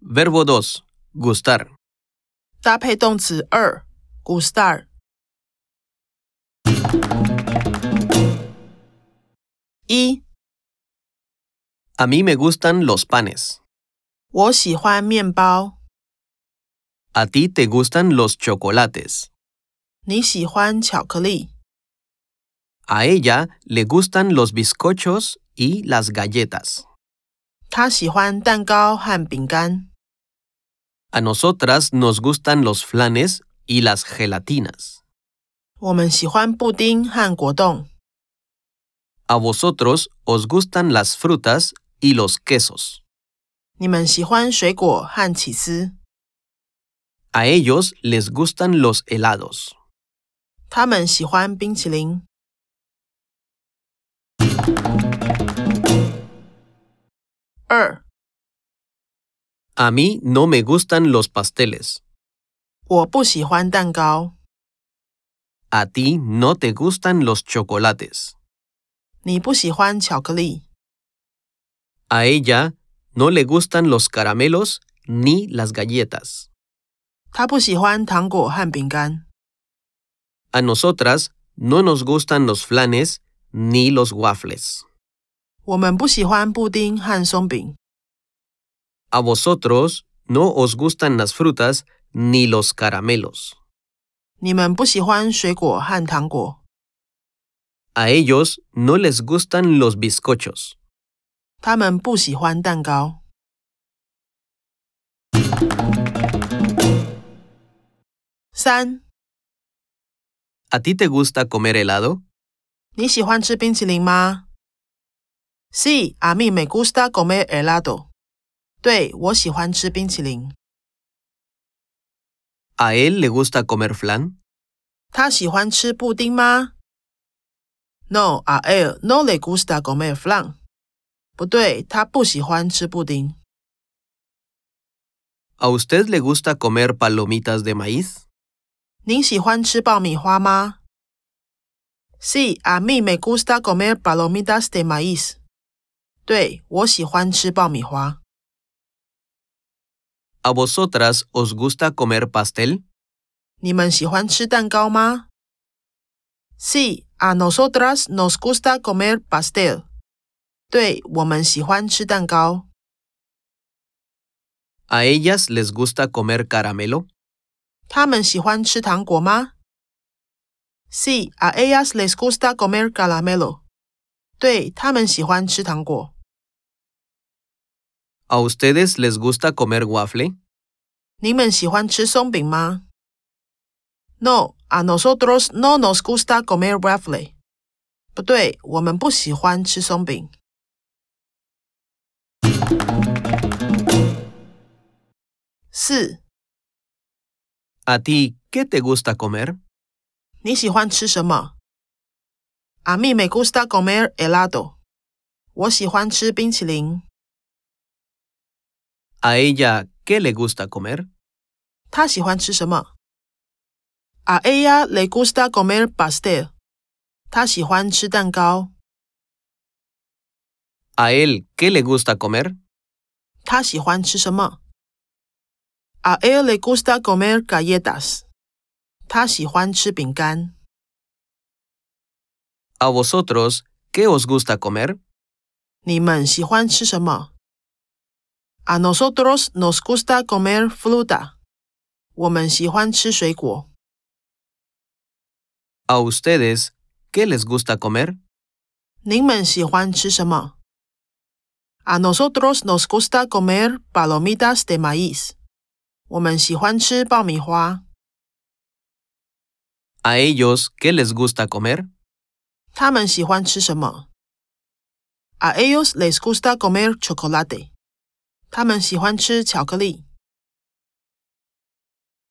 Verbo 2. Gustar. 搭配动词二 gustar，一， A mí me gustan los panes. 我喜欢面包， A ti te gustan los chocolates. 你喜欢巧克力， A ella le gustan los bizcochos y las galletas. 他喜欢蛋糕和饼干， A nosotras nos gustan los flanes y las gelatinas. 我们喜欢布丁和果冻， A vosotros os gustan las frutas y los quesos. 你们喜欢水果和起司， A ellos les gustan los helados. 他们喜欢冰淇淋。二， A mí no me gustan los pasteles. 我不喜欢蛋糕， A ti no te gustan los chocolates. 你不喜欢巧克力。 A ella no le gustan los caramelos ni las galletas. 他不喜欢糖果和饼干， A nosotras no nos gustan los flanes ni los waffles. 我们不喜欢布丁和松饼， A vosotros no os gustan las frutas ni los caramelos. 你们不喜欢水果和糖果， A ellos no les gustan los bizcochos. 他们不喜欢蛋糕。三， ¿A ti te gusta comer helado? 你喜欢吃冰淇淋吗？Sí, a mí me gusta comer helado。对，我喜欢吃冰淇淋。 ¿A él le gusta comer flan? 他喜欢吃布丁吗？No, a él no le gusta comer flan。不对，他不喜欢吃布丁。 ¿A usted le gusta comer palomitas de maíz? 您喜欢吃爆米花吗？Sí, a mí me gusta comer palomitas de maíz。对，我喜欢吃爆米花。 ¿A vosotras os gusta comer pastel? 你们喜欢吃蛋糕吗？Sí, a nosotras nos gusta comer pastel。对，我们喜欢吃蛋糕。 ¿A ellas les gusta comer caramelo? 他们喜欢吃糖果吗？Sí, a ellas les gusta comer caramelo。对，他们喜欢吃糖果。 ¿A ustedes les gusta comer waffle? 你们喜欢吃松饼吗？No, a nosotros no nos gusta comer waffle。不对，我们不喜欢吃松饼。四， ¿A ti qué te gusta comer? 你喜欢吃什么？A mí me gusta comer helado。我喜欢吃冰淇淋。 ¿A ella qué le gusta comer? 他喜欢吃什么？A ella le gusta comer pastel。他喜欢吃蛋糕。 ¿A él qué le gusta comer? 他喜欢吃什么？A él le gusta comer galletas。他喜欢吃饼干。 ¿A vosotros qué os gusta comer? 你们喜欢吃什么？A nosotros nos gusta comer fruta。我们喜欢吃水果。 ¿A ustedes qué les gusta comer? 您们喜欢吃什么？A nosotros nos gusta comer palomitas de maíz。我们喜欢吃爆米花。 ¿A ellos qué les gusta comer? 他们喜欢吃什么？A ellos les gusta comer chocolate。他们喜欢吃巧克力。